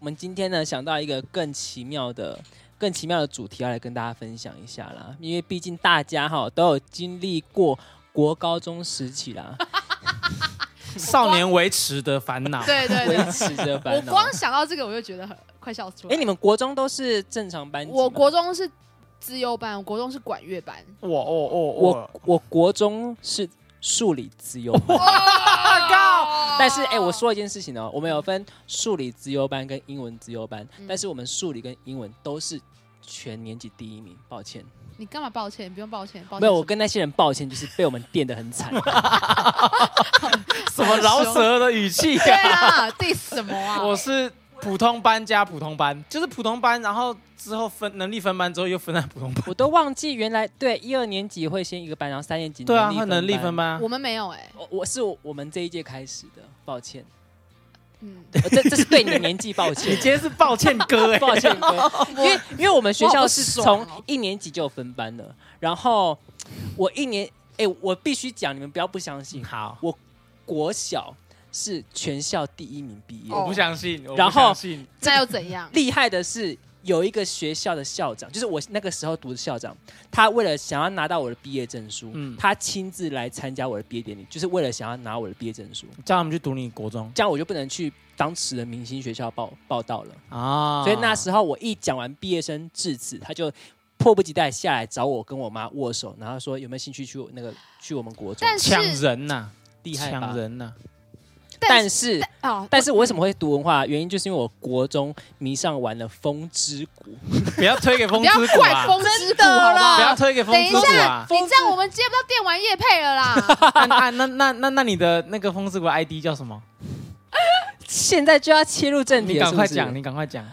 我们今天呢想到一个更奇妙的、更奇妙的主题要来跟大家分享一下啦，因为毕竟大家哈都有经历过国高中时期啦，少年维持的烦恼。对对维对，持着烦我恼。光想到这个我就觉得很快笑出哦来。哎，你们国中都是正常班级吗？我国中是资优班，我国中是管乐班。我哦哦我我国中是数理资优班，高但是哎、我说一件事情哦，我们有分数理资优班跟英文资优班，嗯但是我们数理跟英文都是全年级第一名，抱歉，你干嘛抱歉？不用抱歉，抱歉没有，什么我跟那些人抱歉，就是被我们电的很惨。我，什么饶舌的语气对啊！啊，diss 什么啊？ 我是普通班加普通班，就是普通班，然后之后分能力分班之后又分在普通班。我都忘记原来对一二年级会先一个班，然后三年级对啊，能力会分能力分班。班我。们没有哎，我我是我们这一届开始的，抱歉，嗯，呃这这是对你的年纪抱 你歉今，天是抱歉哥哎、抱歉哥，因为因为我们学校是我好不从爽哦一年级就有分班了，然后我一年，哎、我必须讲，你们不要不相信，好，国小是全校第一名毕业，哦我不相信，我不然后相信那又怎 样？厉害的是有一个学校的校长，就是我那个时候读的校长，他为了想要拿到我的毕业证书，嗯他亲自来参加我的毕业典礼，就是为了想要拿我的毕业证书，叫他们去读你国中这样我就不能去当时的明星学校报报道了。啊所以那时候我一讲完毕业生致辞，他就。迫不及待下来找我，跟我妈握手，然后说有没有兴趣去我那个去我们国中？但是抢人呐、厉害吧抢！人呐、但是啊，但是我为什么会读文化？原因就是因为我国中迷上玩了《风之谷》，不要推给风之不要谷怪啊！风之谷好不不要好？推给风等之一谷下啊，！你这样我们接不到电玩业配了啦。啊啊那那那那你的那个风之谷 ID 叫什么？ 现在就要切入正题你了，赶快是讲，不是你赶快讲。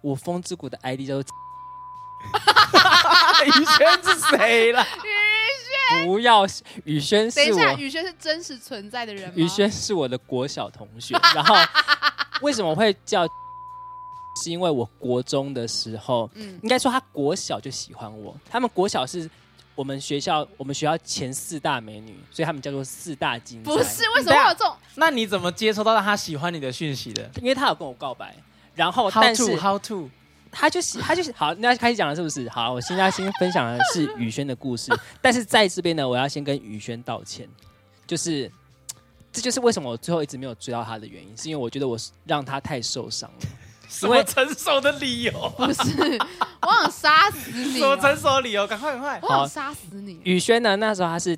我风之谷的 ID 叫做，宇轩是谁啦？不要宇轩是等一下，我，宇轩是真实存在的人吗？宇轩是我的国小同学。 然后为什么会叫？ 是因为我国中的时候，嗯，应该说他国小就喜欢我。他们国小是我们学校我们学校前四大美女，所以他们叫做四大金。不是，，为什么会有这种？那你怎么接收到他喜欢你的讯息的因为他有跟我告白，然后哦？How 但是 to How to？他 就是他就是好，那开始讲了是不是？好，我现在先分享的是宇轩的故 事，但是在这边呢，我要先跟宇轩道歉，就是这就是为什么我最后一直没有追到他的原因，是因为我觉得我让他太受伤了。什么成熟的理由？不是，我想杀死你什么成哦！熟的理由？赶快赶快！我想杀死你！宇轩呢，那时候他是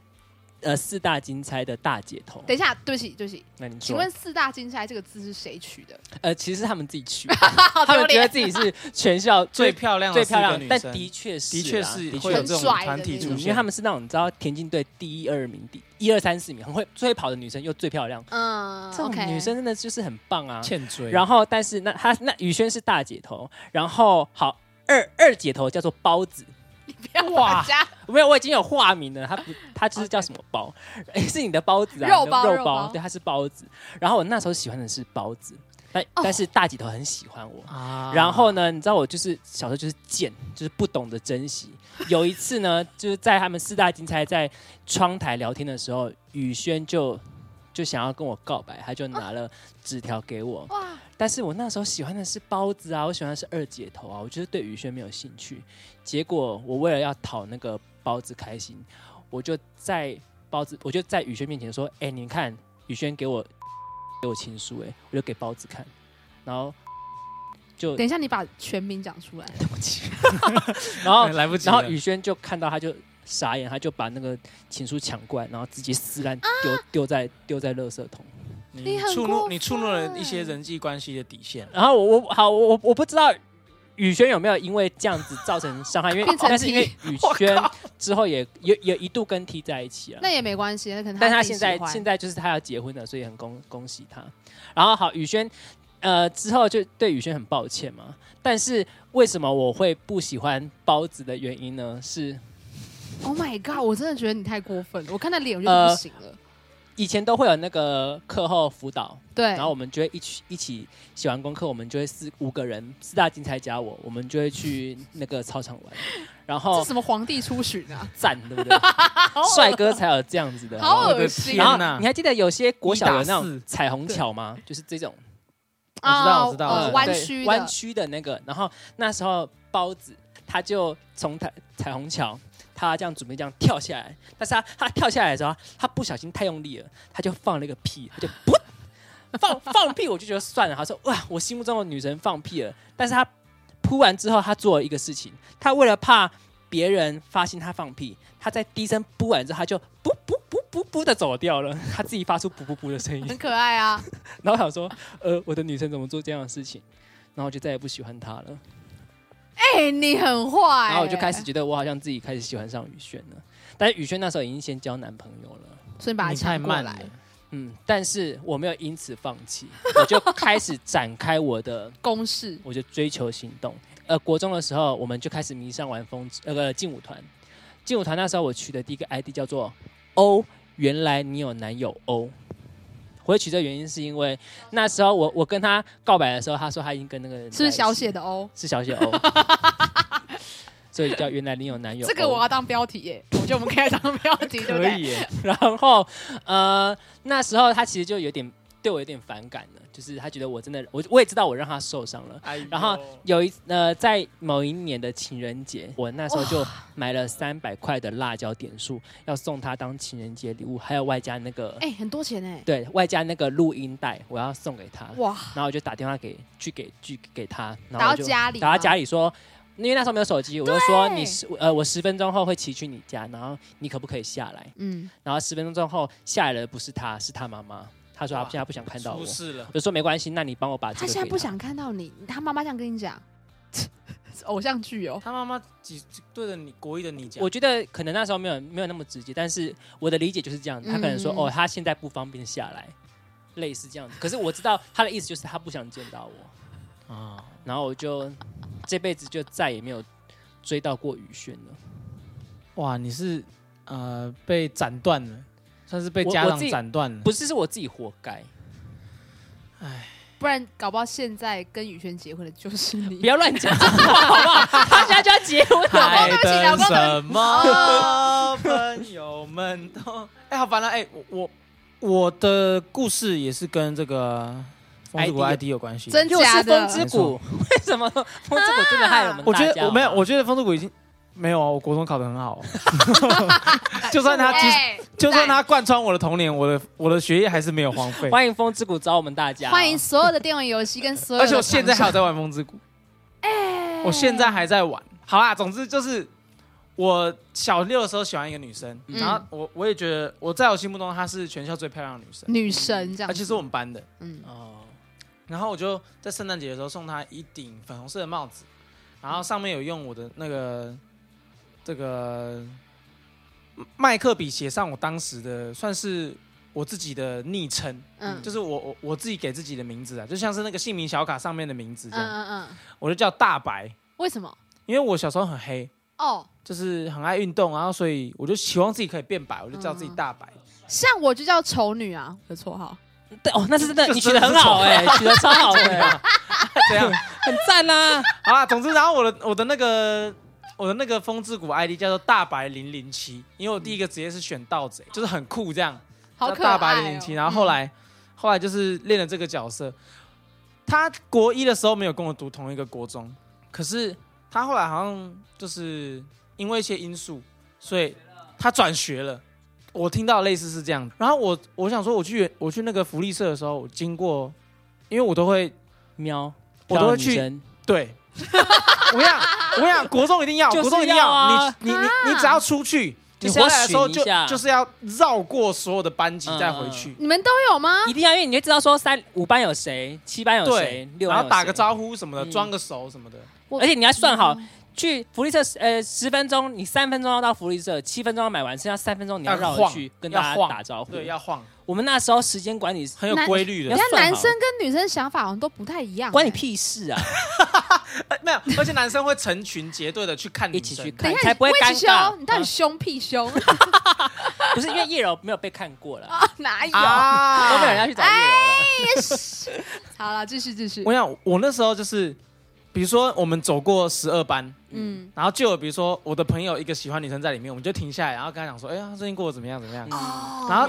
呃四大金钗的大姐头，等一下，对不起，对不起，那你请说问，“四大金钗”这个字是谁取的？呃，其实是他们自己去， 好他丢们觉得脸！自己是全校 最最漂亮的最四个漂亮女，但生的确是的啦确是的会确有很这种帅的团体那出种因为现他。们是那种你知道田径队第一二名、第一二三四名，很会最会跑的女生又最漂亮，嗯这种，OK 女生真的就是很棒啊。欠追，然后，但是那她那宇轩是大姐头，然后好二二姐头叫做包子，不要把哇家没有我已经有化名了，她 不她就是叫什么包， 诶是你的包子啊，肉你的包肉肉包对，她是包子。然后我那时候喜欢的是包子，但、哦但是大姐头很喜欢我。啊然后呢，你知道我就是小时候就是贱，就是不懂得珍惜。有一次呢，就是在他们四大金钗在窗台聊天的时候，宇轩就就想要跟我告白，他就拿了纸条给我。哇，但是我那时候喜欢的是包子啊，我喜欢的是二姐头啊，我就是对宇轩没有兴趣。结果我为了要讨那个包子开心，我就在包子，我就在宇轩面前说：“哎、你看，宇轩给我 给我情书、哎，我就给包子看，然后就等一下，你把全名讲出来。对不啊起， 然 后哎来不及然了，后宇轩就看到他就傻眼，他就把那个情书抢过来，然后自己撕烂丢、丢在丢在垃圾桶。你很触过怒分你触怒了一些人际关系的底线。然后我我好我我我不知道宇轩有没有因为这样子造成伤害，因为 变成但是 T 因为宇轩之后也也也一度跟 T 在一起了。那也没关系，那可能但是他自己现在喜欢现在就是他要结婚了，所以很恭恭喜他。然后好，宇轩，呃，之后就对宇轩很抱歉嘛。但是为什么我会不喜欢包子的原因呢？是 Oh my god！我真的觉得你太过分了，我看他脸我就不行了。以前都会有那个课后辅导，对，然后我们就会一起一起写完功课，我们就会四五个人四大金钗加我，我们就会去那个操场玩，然这后是什么皇帝出巡啊？赞，对不 对？帅哥才有这样子的。好然后恶心天然哪后你还记得有些国小有那啊一打种四彩虹桥吗？就是这种，我知道哦我知道哦我知道弯对曲弯的，曲的那个。然后那时候包子他就从彩彩虹桥，他这样准备这样跳下来，但是他他跳下来的时候，啊他不小心太用力了，他就放了一个屁，他就噗放放屁，我就觉得算了。他说哇，我心目中的女神放屁了，但是他扑完之后，他做了一个事情，他为了怕别人发现他放屁，他在低声扑完之后，他就噗噗噗噗噗的走掉了，他自己发出噗噗噗的声音。很可爱 啊。然后我想说，呃，我的女神怎么做这样的事情？然后我就再也不喜欢她了。哎，你很坏欸。然后我就开始觉得我好像自己开始喜欢上宇轩了。但是宇轩那时候已经先交男朋友了，所以你把它你太抢过慢了来，，嗯，但是我没有因此放弃，我就开始展开我的公式我就追求行动。呃，国中的时候，我们就开始迷上玩风那个劲舞团。劲舞团那时候我取的第一个 ID 叫做“欧”，原来你有男友欧。我会取这个原因是因为那时候我我跟他告白的时候，他说他已经跟那个人是不是小写写的哦？是小写欧， 所以叫原来你有男友。这个我要当标题耶， 我觉得我们可以当标 题，对不哦可对？以耶， 然后呃，那时候他其实就有点对我有点反感了，就是他觉得我真的，我我也知道我让他受伤了。哎呦 然后有一呃，在某一年的情人节，我那时候就买了三百块的辣椒点数，要送他当情人节礼物，还有外加那个、哎，很多钱哎，对外加那个录音带，我要送给啊他。哇，然后我就打电话给去给去给他，然后打我到就家里吗，打到家里说，因为那时候没有手机，我就说对你十呃，我十分钟后会骑去你家，然后你可不可以下来？嗯，然后十分钟后下来的不是他，是他妈妈。他说他哇现在不想看到我，出我事了，就说没关系，那你帮我把这他个现在给不想看到你，他妈妈这样跟你讲， 偶像剧哦，他妈妈几对着你国一的你讲，我觉得可能那时候没有没有那么直接，但是我的理解就是这样。他可能说、嗯哦，他现在不方便下来，类似这样子。可是我知道他的意思就是他不想见到我，啊，然后我就这辈子就再也没有追到过宇轩了。哇，你是呃被斩断了，算是被我家我长自己斩断了。不是，是我自己活该。不然搞不好现在跟宇轩结婚的就是你不。要乱讲这种话好不好？他现在就要结婚了。还对不起老等 公什么哦？朋友们都哎、好烦啊！哎、我我我的故事也是跟这个风之谷 ID ID 有关系。真又假是的风之谷，为什么风之谷真的害了我们啊我大觉家？得我没有，我觉得风之谷已经没有啊。 我国中考得很 好，就算他其实哎就算他贯穿我的童年，我的我的学业还是没有荒废。欢迎风之谷找我们大家，欢迎所有的电玩游戏跟所有的而厂且商，我现在还有在玩风之谷，哎，我现在还在玩。好啦，总之就是我小六的时候喜欢一个女生，嗯然后我我也觉得我在我心目中她是全校最漂亮的女生，女神这样而子，且是我们班的。嗯，哦，然后我就在圣诞节的时候送她一顶粉红色的帽子，然后上面有用我的那个这个麦克笔写上我当时的算是我自己的昵称，嗯，就是我我我自己给自己的名字啊，就像是那个姓名小卡上面的名字嗯这样。嗯嗯，我就叫大白，为什么？因为我小时候很黑，哦，就是很爱运动，然后所以我就期望自己可以变白，我就叫自己大白。像我就叫丑女啊，我的绰号。对哦，那是真的，这你取得很好哎，取得超好对哎，啊， 这样很赞啦。好啦，总之，然后我的我的那个我的那个风之谷 ID 叫做大白零零七，因为我第一个职业是选盗贼，就是很酷这样，好叫可爱、哦大白零零七。哦然后嗯后、来、后来就是练了这个角色，他国一的时候没有跟我读同一个国中，可是他后来好像就是因为一些因素，所以他转学了。我听到类似是这样，然后我我想说，我去我去那个福利社的时候，我经过，因为我都会喵，我都会漂去亮女生对，我想我想国中一定要， 就是国中一定要啊你你啊你你只要出去，就你是要回来的时候就巡一下就是要绕过所有的班级再回去嗯，你们都有吗？一定要，因为你就知道说三五班有谁，七班有谁对，，六然班后有打个谁，招呼什么的，嗯装个熟什么的。而且你要算好。去福利社，呃，十分钟，你三分钟要到福利社，七分钟要买完，剩下三分钟你要要绕回晃去跟要大家晃打招呼。对，要哎晃，我们那时候时间管理很有那规律要的人。算家男好生跟女生想法好像都不太一样、关你欸！屁事啊！呃没有，而且男生会成群结队的去看女一生，起去等看一，下，才不会魏尴其尬修。你到底啊凶 屁凶 不是因为叶柔没有被看过哦了，啊？哪有？啊都没有人要去找叶哎柔也是 好了，继续继续我。想我那时候就是，比如说我们走过十二班，嗯，然后就有比如说我的朋朋友一个喜欢女生在里面，我们就停下来，然后跟他讲说，哎呀，她最近过得怎么样怎么样，了。嗯哦然后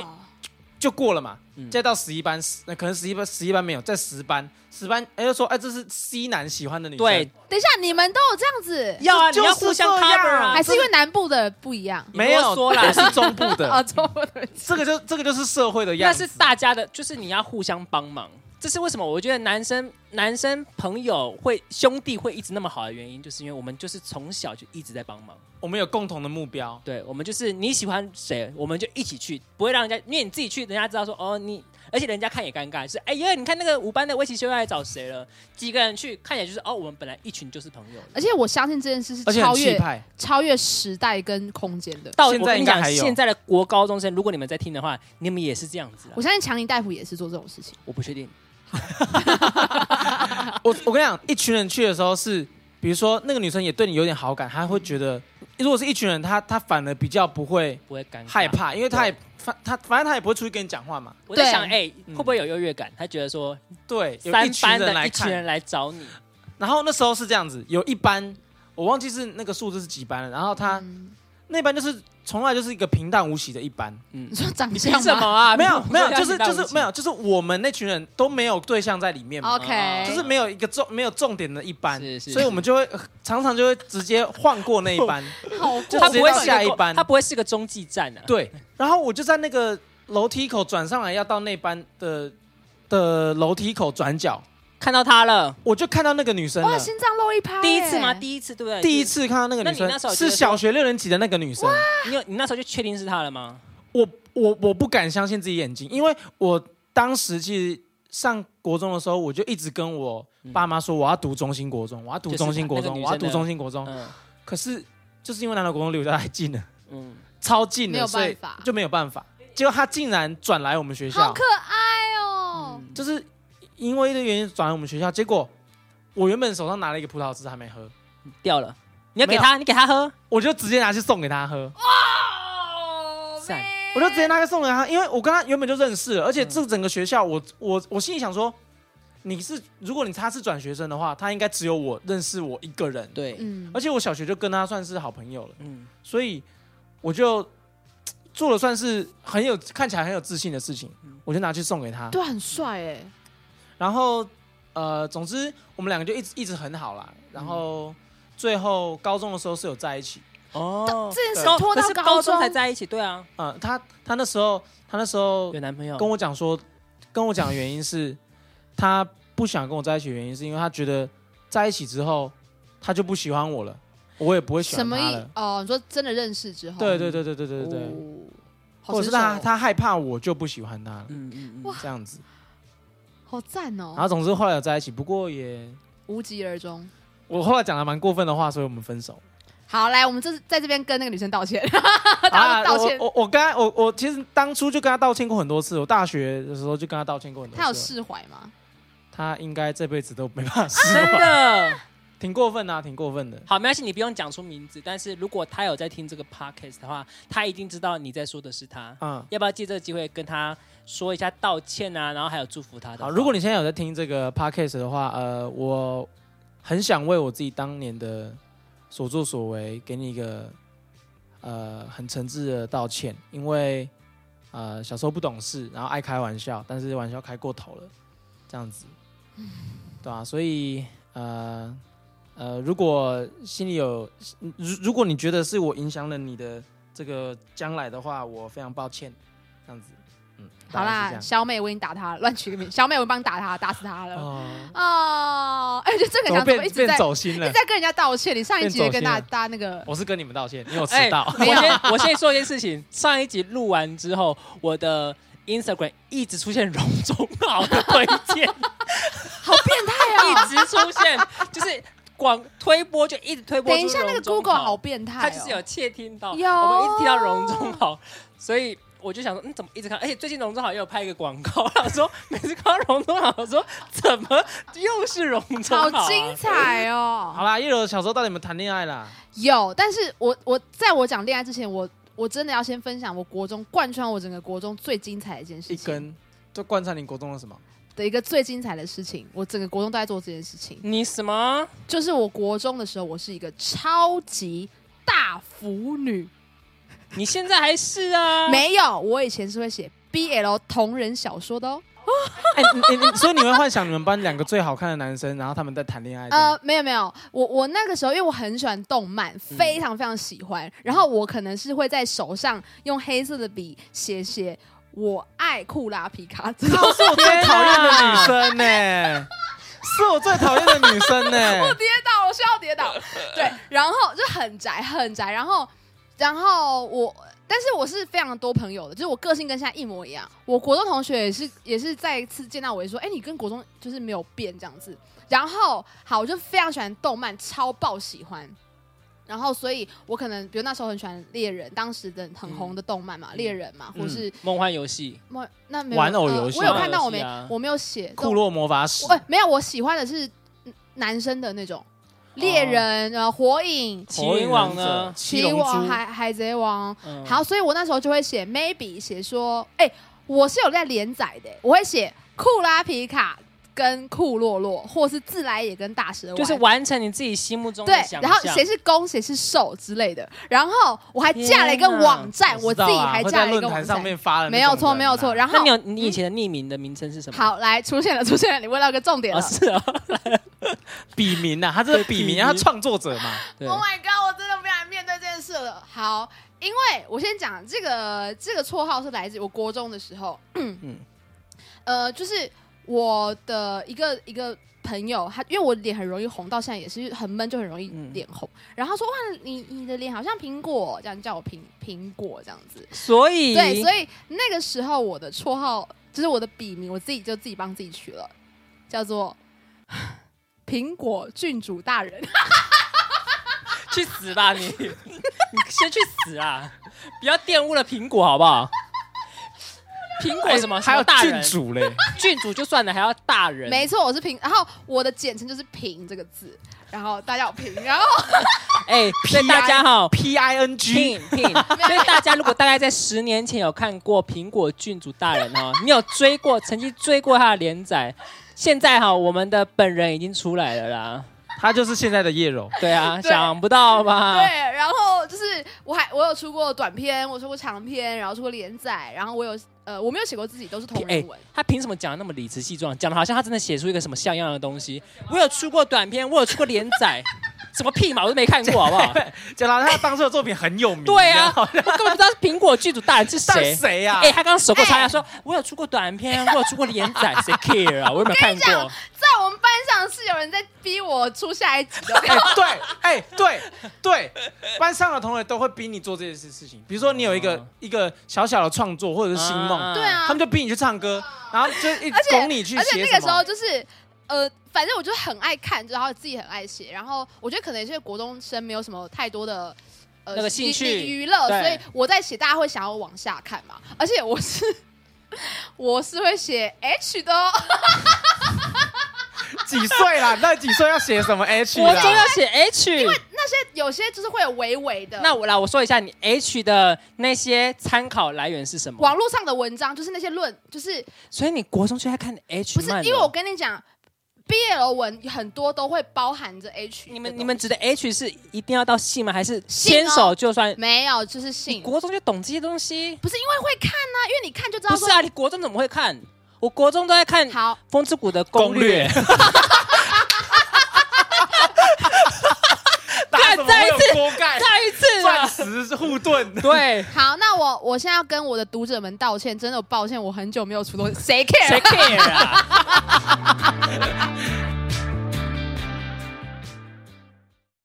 就过了嘛，嗯再到十一班，那可能十一班十一班没有，在十班十班，哎、就说哎、这是 C 男喜欢的女生，对，，等一下，你们都有这样子，要啊，你就是要互相这样 cover 啊，还是因为南部的不一样？你跟我没有说啦哦我是中部 啊，的，中国的 这个就这个就是社会的样那子，是大家的，就是你要互相帮忙。这是为什么？我觉得男生男生朋友会兄弟会一直那么好的原因，就是因为我们就是从小就一直在帮忙。我们有共同的目标，对，我们就是你喜欢谁，我们就一起去，不会让人家，因为你自己去，人家知道说哦你，而且人家看也尴尬，是哎呀，你看那个五班的围棋秀来找谁了？几个人去，看起来就是哦，我们本来一群就是朋友了。而且我相信这件事是而且很超气越派，超越时代跟空间的。到现在我跟应你该讲，还有现在的国高中生，如果你们在听的话，你们也是这样子啦。我相信强尼戴普也是做这种事情，我不确定， 我我跟你讲，一群人去的时候是，比如说那个女生也对你有点好感，她会觉得，如果是一群人，她她反而比较不会不会尴尬。害怕，因为她也反她反正她也不会出去跟你讲话嘛。我在想，对哎、嗯会不会有优越感？他觉得说对，有三嗯一群班人的来一群看，人来找你，然后那时候是这样子，有一班我忘记是那个数字是几班了，然后她、嗯那班就是从来就是一个平淡无奇的一班，嗯你，说长你相凭什吗么啊？没有你没有，你就是到底就是没有，就是我们那群人都没有对象在里面嘛。 ？OK，就是没有一个重没有重点的一班，哎是是所以我们就会常常就会直接晃过那一 班。好就他直接不会啊到是下个一中班他不会是个中继站啊。对，然后我就在那个楼梯口转上来，要到那班的的楼梯口转角，看到他了，我就看到那个女生哇，了。心脏漏一拍耶，第一次吗？第一次对不对？第一，次看到那个女那你那时候生有觉得说是小学六年级的那个女生，你有你那时候就确定是他了吗？我我我不敢相信自己眼睛，因为我当时其实上国中的时候，我就一直跟我爸妈说我要读中心国中，我要读中心国嗯就是那中，我要那个女生的读中心国中。嗯可是就是因为南投国中离我家太近了，嗯，超近没有了，所以办法就没有办法。结果她竟然转来我们学校欸好，可爱哦，啊嗯就是因为一堆原因转来我们学校，结果我原本手上拿了一个葡萄汁还没喝，掉了。你要给他，你给他喝，我就直接拿去送给他喝，哦赞妹我就直接拿去送给他，因为我跟他原本就认识了，而且这整个学校我我我心里想说，你是如果你他是转学生的话，他应该只有我认识我一个人，，对，嗯而且我小学就跟他算是好朋友了，嗯，所以我就嘖做了算是很有看起来很有自信的事情嗯，我就拿去送给他，对，很帅哎，然后呃，总之我们两个就一直一直很好啦。然后、最后高中的时候是有在一起。哦，这件事高拖可到是高中中才在一起，对啊，嗯、他他那时候他那时候有男朋友跟我讲说，跟我讲的原因是，他不想跟我在一起，的原因是因为他觉得在一起之后他就不喜欢我了，我也不会喜什欢么他意了？。哦，你说真的认识之后，对对对对对对对对，哦好或者是成熟他哦他害怕我就不喜欢他了，嗯嗯嗯，哇这样子。好赞然后哦，总之后来有在一起，不过也无疾而终。我后来讲了蛮过分的话，所以我们分手。好，来，我们这在这边跟那个女生道歉。 啊，道歉我我我跟他我我其实当初就跟他道歉过很多次，我大学的时候就跟他道歉过很多次他了。有释怀吗？他应该这辈子都没办法 释真怀，的。挺过分啊，挺过分的。好，没关系，你不用讲出名字，但是如果他有在听这个 podcast 的话，他一定知道你在说的是他。嗯，要不要借这个机会跟他说一下道歉啊？然后还有祝福他的话。好，如果你现在有在听这个 podcast 的话，呃，我很想为我自己当年的所作所为给你一个呃很诚挚的道歉，因为呃小时候不懂事，然后爱开玩笑，但是玩笑开过头了，这样子，对啊，所以呃呃，如果心里有，如如果你觉得是我影响了你的这个将来的话，我非常抱歉，这样子，嗯，好大概啦，是小美我已经打她了，乱取个名。小美我帮你打她，打死她这样了。哦。哦，哎，就这个怎么想怎么变一直变在走心一直了？在跟人家道歉？你上一集也变走心跟大了大家那个，我是跟你们道歉，因为我迟哎到。我先 我先说一件事情，上一集录完之后，我的 Instagram 一直出现容中豪的推荐，好变态啊！ 一直出现，就是广推播就一直推播等出容中一下豪。，那个 Google 好变态哦，他就是有窃听到，有啊我们一直听到容中豪，所以。我就想说，嗯，怎么一直看？而且最近容中豪又有拍一个广告，我想说每次看到容中豪，我说怎么又是容中豪、啊？好精彩好哦。啦，叶柔小时候到底有没有谈恋爱啦？有，但是我我在我讲恋爱之前，我我真的要先分享我国中贯穿我整个国中最精彩的一件一事情根就贯穿你国中的什么？的一个最精彩的事情，我整个国中都在做这件事情。你什么？就是我国中的时候，我是一个超级大腐女，你现在还是啊？没有，我以前是会写 BL 同人小说的哦。哎、你你你所以你会幻想你们班两个最好看的男生，然后他们在谈恋爱这样。呃，没有没有，我我那个时候因为我很喜欢动漫，嗯非常非常喜欢，然后我可能是会在手上用黑色的笔写写“我爱库拉皮卡”这种。她是我最讨厌的女生呢、 是我最讨厌的女生呢、我 跌倒，我需要跌倒。对，然后就很宅，很宅。然后，然后我，但是我是非常多朋友的，就是我个性跟现在一模一样。我国中同学也是，也是再一次见到我，也说：“哎、你跟国中就是没有变这样子。”然后，好，我就非常喜欢动漫，超爆喜欢。然后，所以我可能，比如那时候很喜欢猎人，当时的很红的动漫嘛，猎人嘛，或是梦幻游戏，梦那没有玩偶呃游戏我有玩偶看到游我没戏啊我没有写库洛魔法使我、哎没有，我喜欢的是嗯男生的那种猎人，然后火影、麒麟王呢？七棋龙王、珠，海海贼王。嗯好，所以我那时候就会写 maybe，写说，哎、我是有在连载的，我会写库拉皮卡跟库洛洛，或是自来也跟大蛇丸。就是完成你自己心目中的对想，象。然后谁是攻谁是受之类的，然后我还架了一个天哪网站，哎我知自道己啊还会架在了一论个网坛上站，面发了，没有错，没啊有错。。然那后你有你以前的匿名的名称是什么？嗯好，来出现了，出现了，你问到一个重点哦，了。是啊，笔名啊，他这个笔笔名，名他创作者嘛，对 Oh my god！我真的不想面对这件事了。好，因为我先讲这个这个绰号是来自我国中的时候，嗯， 呃，就是我的一个一个朋友，他因为我脸很容易红，到现在也是很闷，就很容易嗯脸红。然后他说哇，你你的脸好像苹果，这样叫我苹苹果这样子。所以对，所以以那个时候我的绰号就是我的笔名，我自己就自己帮自己取了，叫做 苹果郡主大人。去死吧你， 你先去死啊！不要玷污了苹果好不好？苹果什么？哎还什么有大郡人主 嘞，郡主就算了，还要大人，没错，我是平，然后我的简称就是“平”这个字，然后大家有平，然后哎，所以大家哈。 P I N G，拼 拼，所以大家如果大概在十年前有看过《苹果郡主大人》哈，你有追过，曾经追过他的连载，现在哈，我们的本人已经出来了啦。他就是现在的叶柔。对啊，对想不到吧？对，然后就是我还我有出过短篇，我出过长篇，然后出过连载，然后我有呃我没有写过自己，都是同人文。哎他凭什么讲的那么理直气壮？讲的好像他真的写出一个什么像样的东西。我有出过短片，我有出过连载，什么屁嘛，我都 没看过，好不好？讲到他当初的作品很有名，对啊，你我知道吗根本不知道是苹果剧组大人是但谁。谁啊呀哎、？他刚刚手过叉腰说：“我有出过短片，我有出过连载，谁 care 啊？我有没有看过？在我们班上是有人在逼我出下一集的，哎，对，哎，对，对，班上的同学都会逼你做这件事事情。比如说你有一个嗯一个小小的创作或者是新梦，对啊他们就逼你去唱歌，然后就一而且拱你去而且写那个什时候么。就是呃，反正我就很爱看，然后自己很爱写，然后我觉得可能也是国中生没有什么太多的。呃那个兴趣娱娱娱乐，对所以我在写，大家会想要往下看嘛。而且我是我是会写 H 的哦， 几岁啦？那几岁要写什么 H 啊我就啦？要写 H。那些有些就是会有微微的。那我来，我说一下你 H 的那些参考来源是什么？网络上的文章就是那些论，就是所以你国中就在看 H 不是漫了因为我跟你讲，BL 文很多都会包含着 H 的东西。你们你们指的 H 是一定要到性吗？还是性哦牵手就算？没有就是你性，国中就懂这些东西？不是因为会看呐、因为你看就知道不说是啊，你国中怎么会看？我国中都在看《好，风之谷》的攻略。 打什么再会一有次锅 盖？再一次钻了，石护盾。对，好，那我我现在要跟我的读者们道歉，真的抱歉，我很久没有出东西，谁 care？谁 care 啊？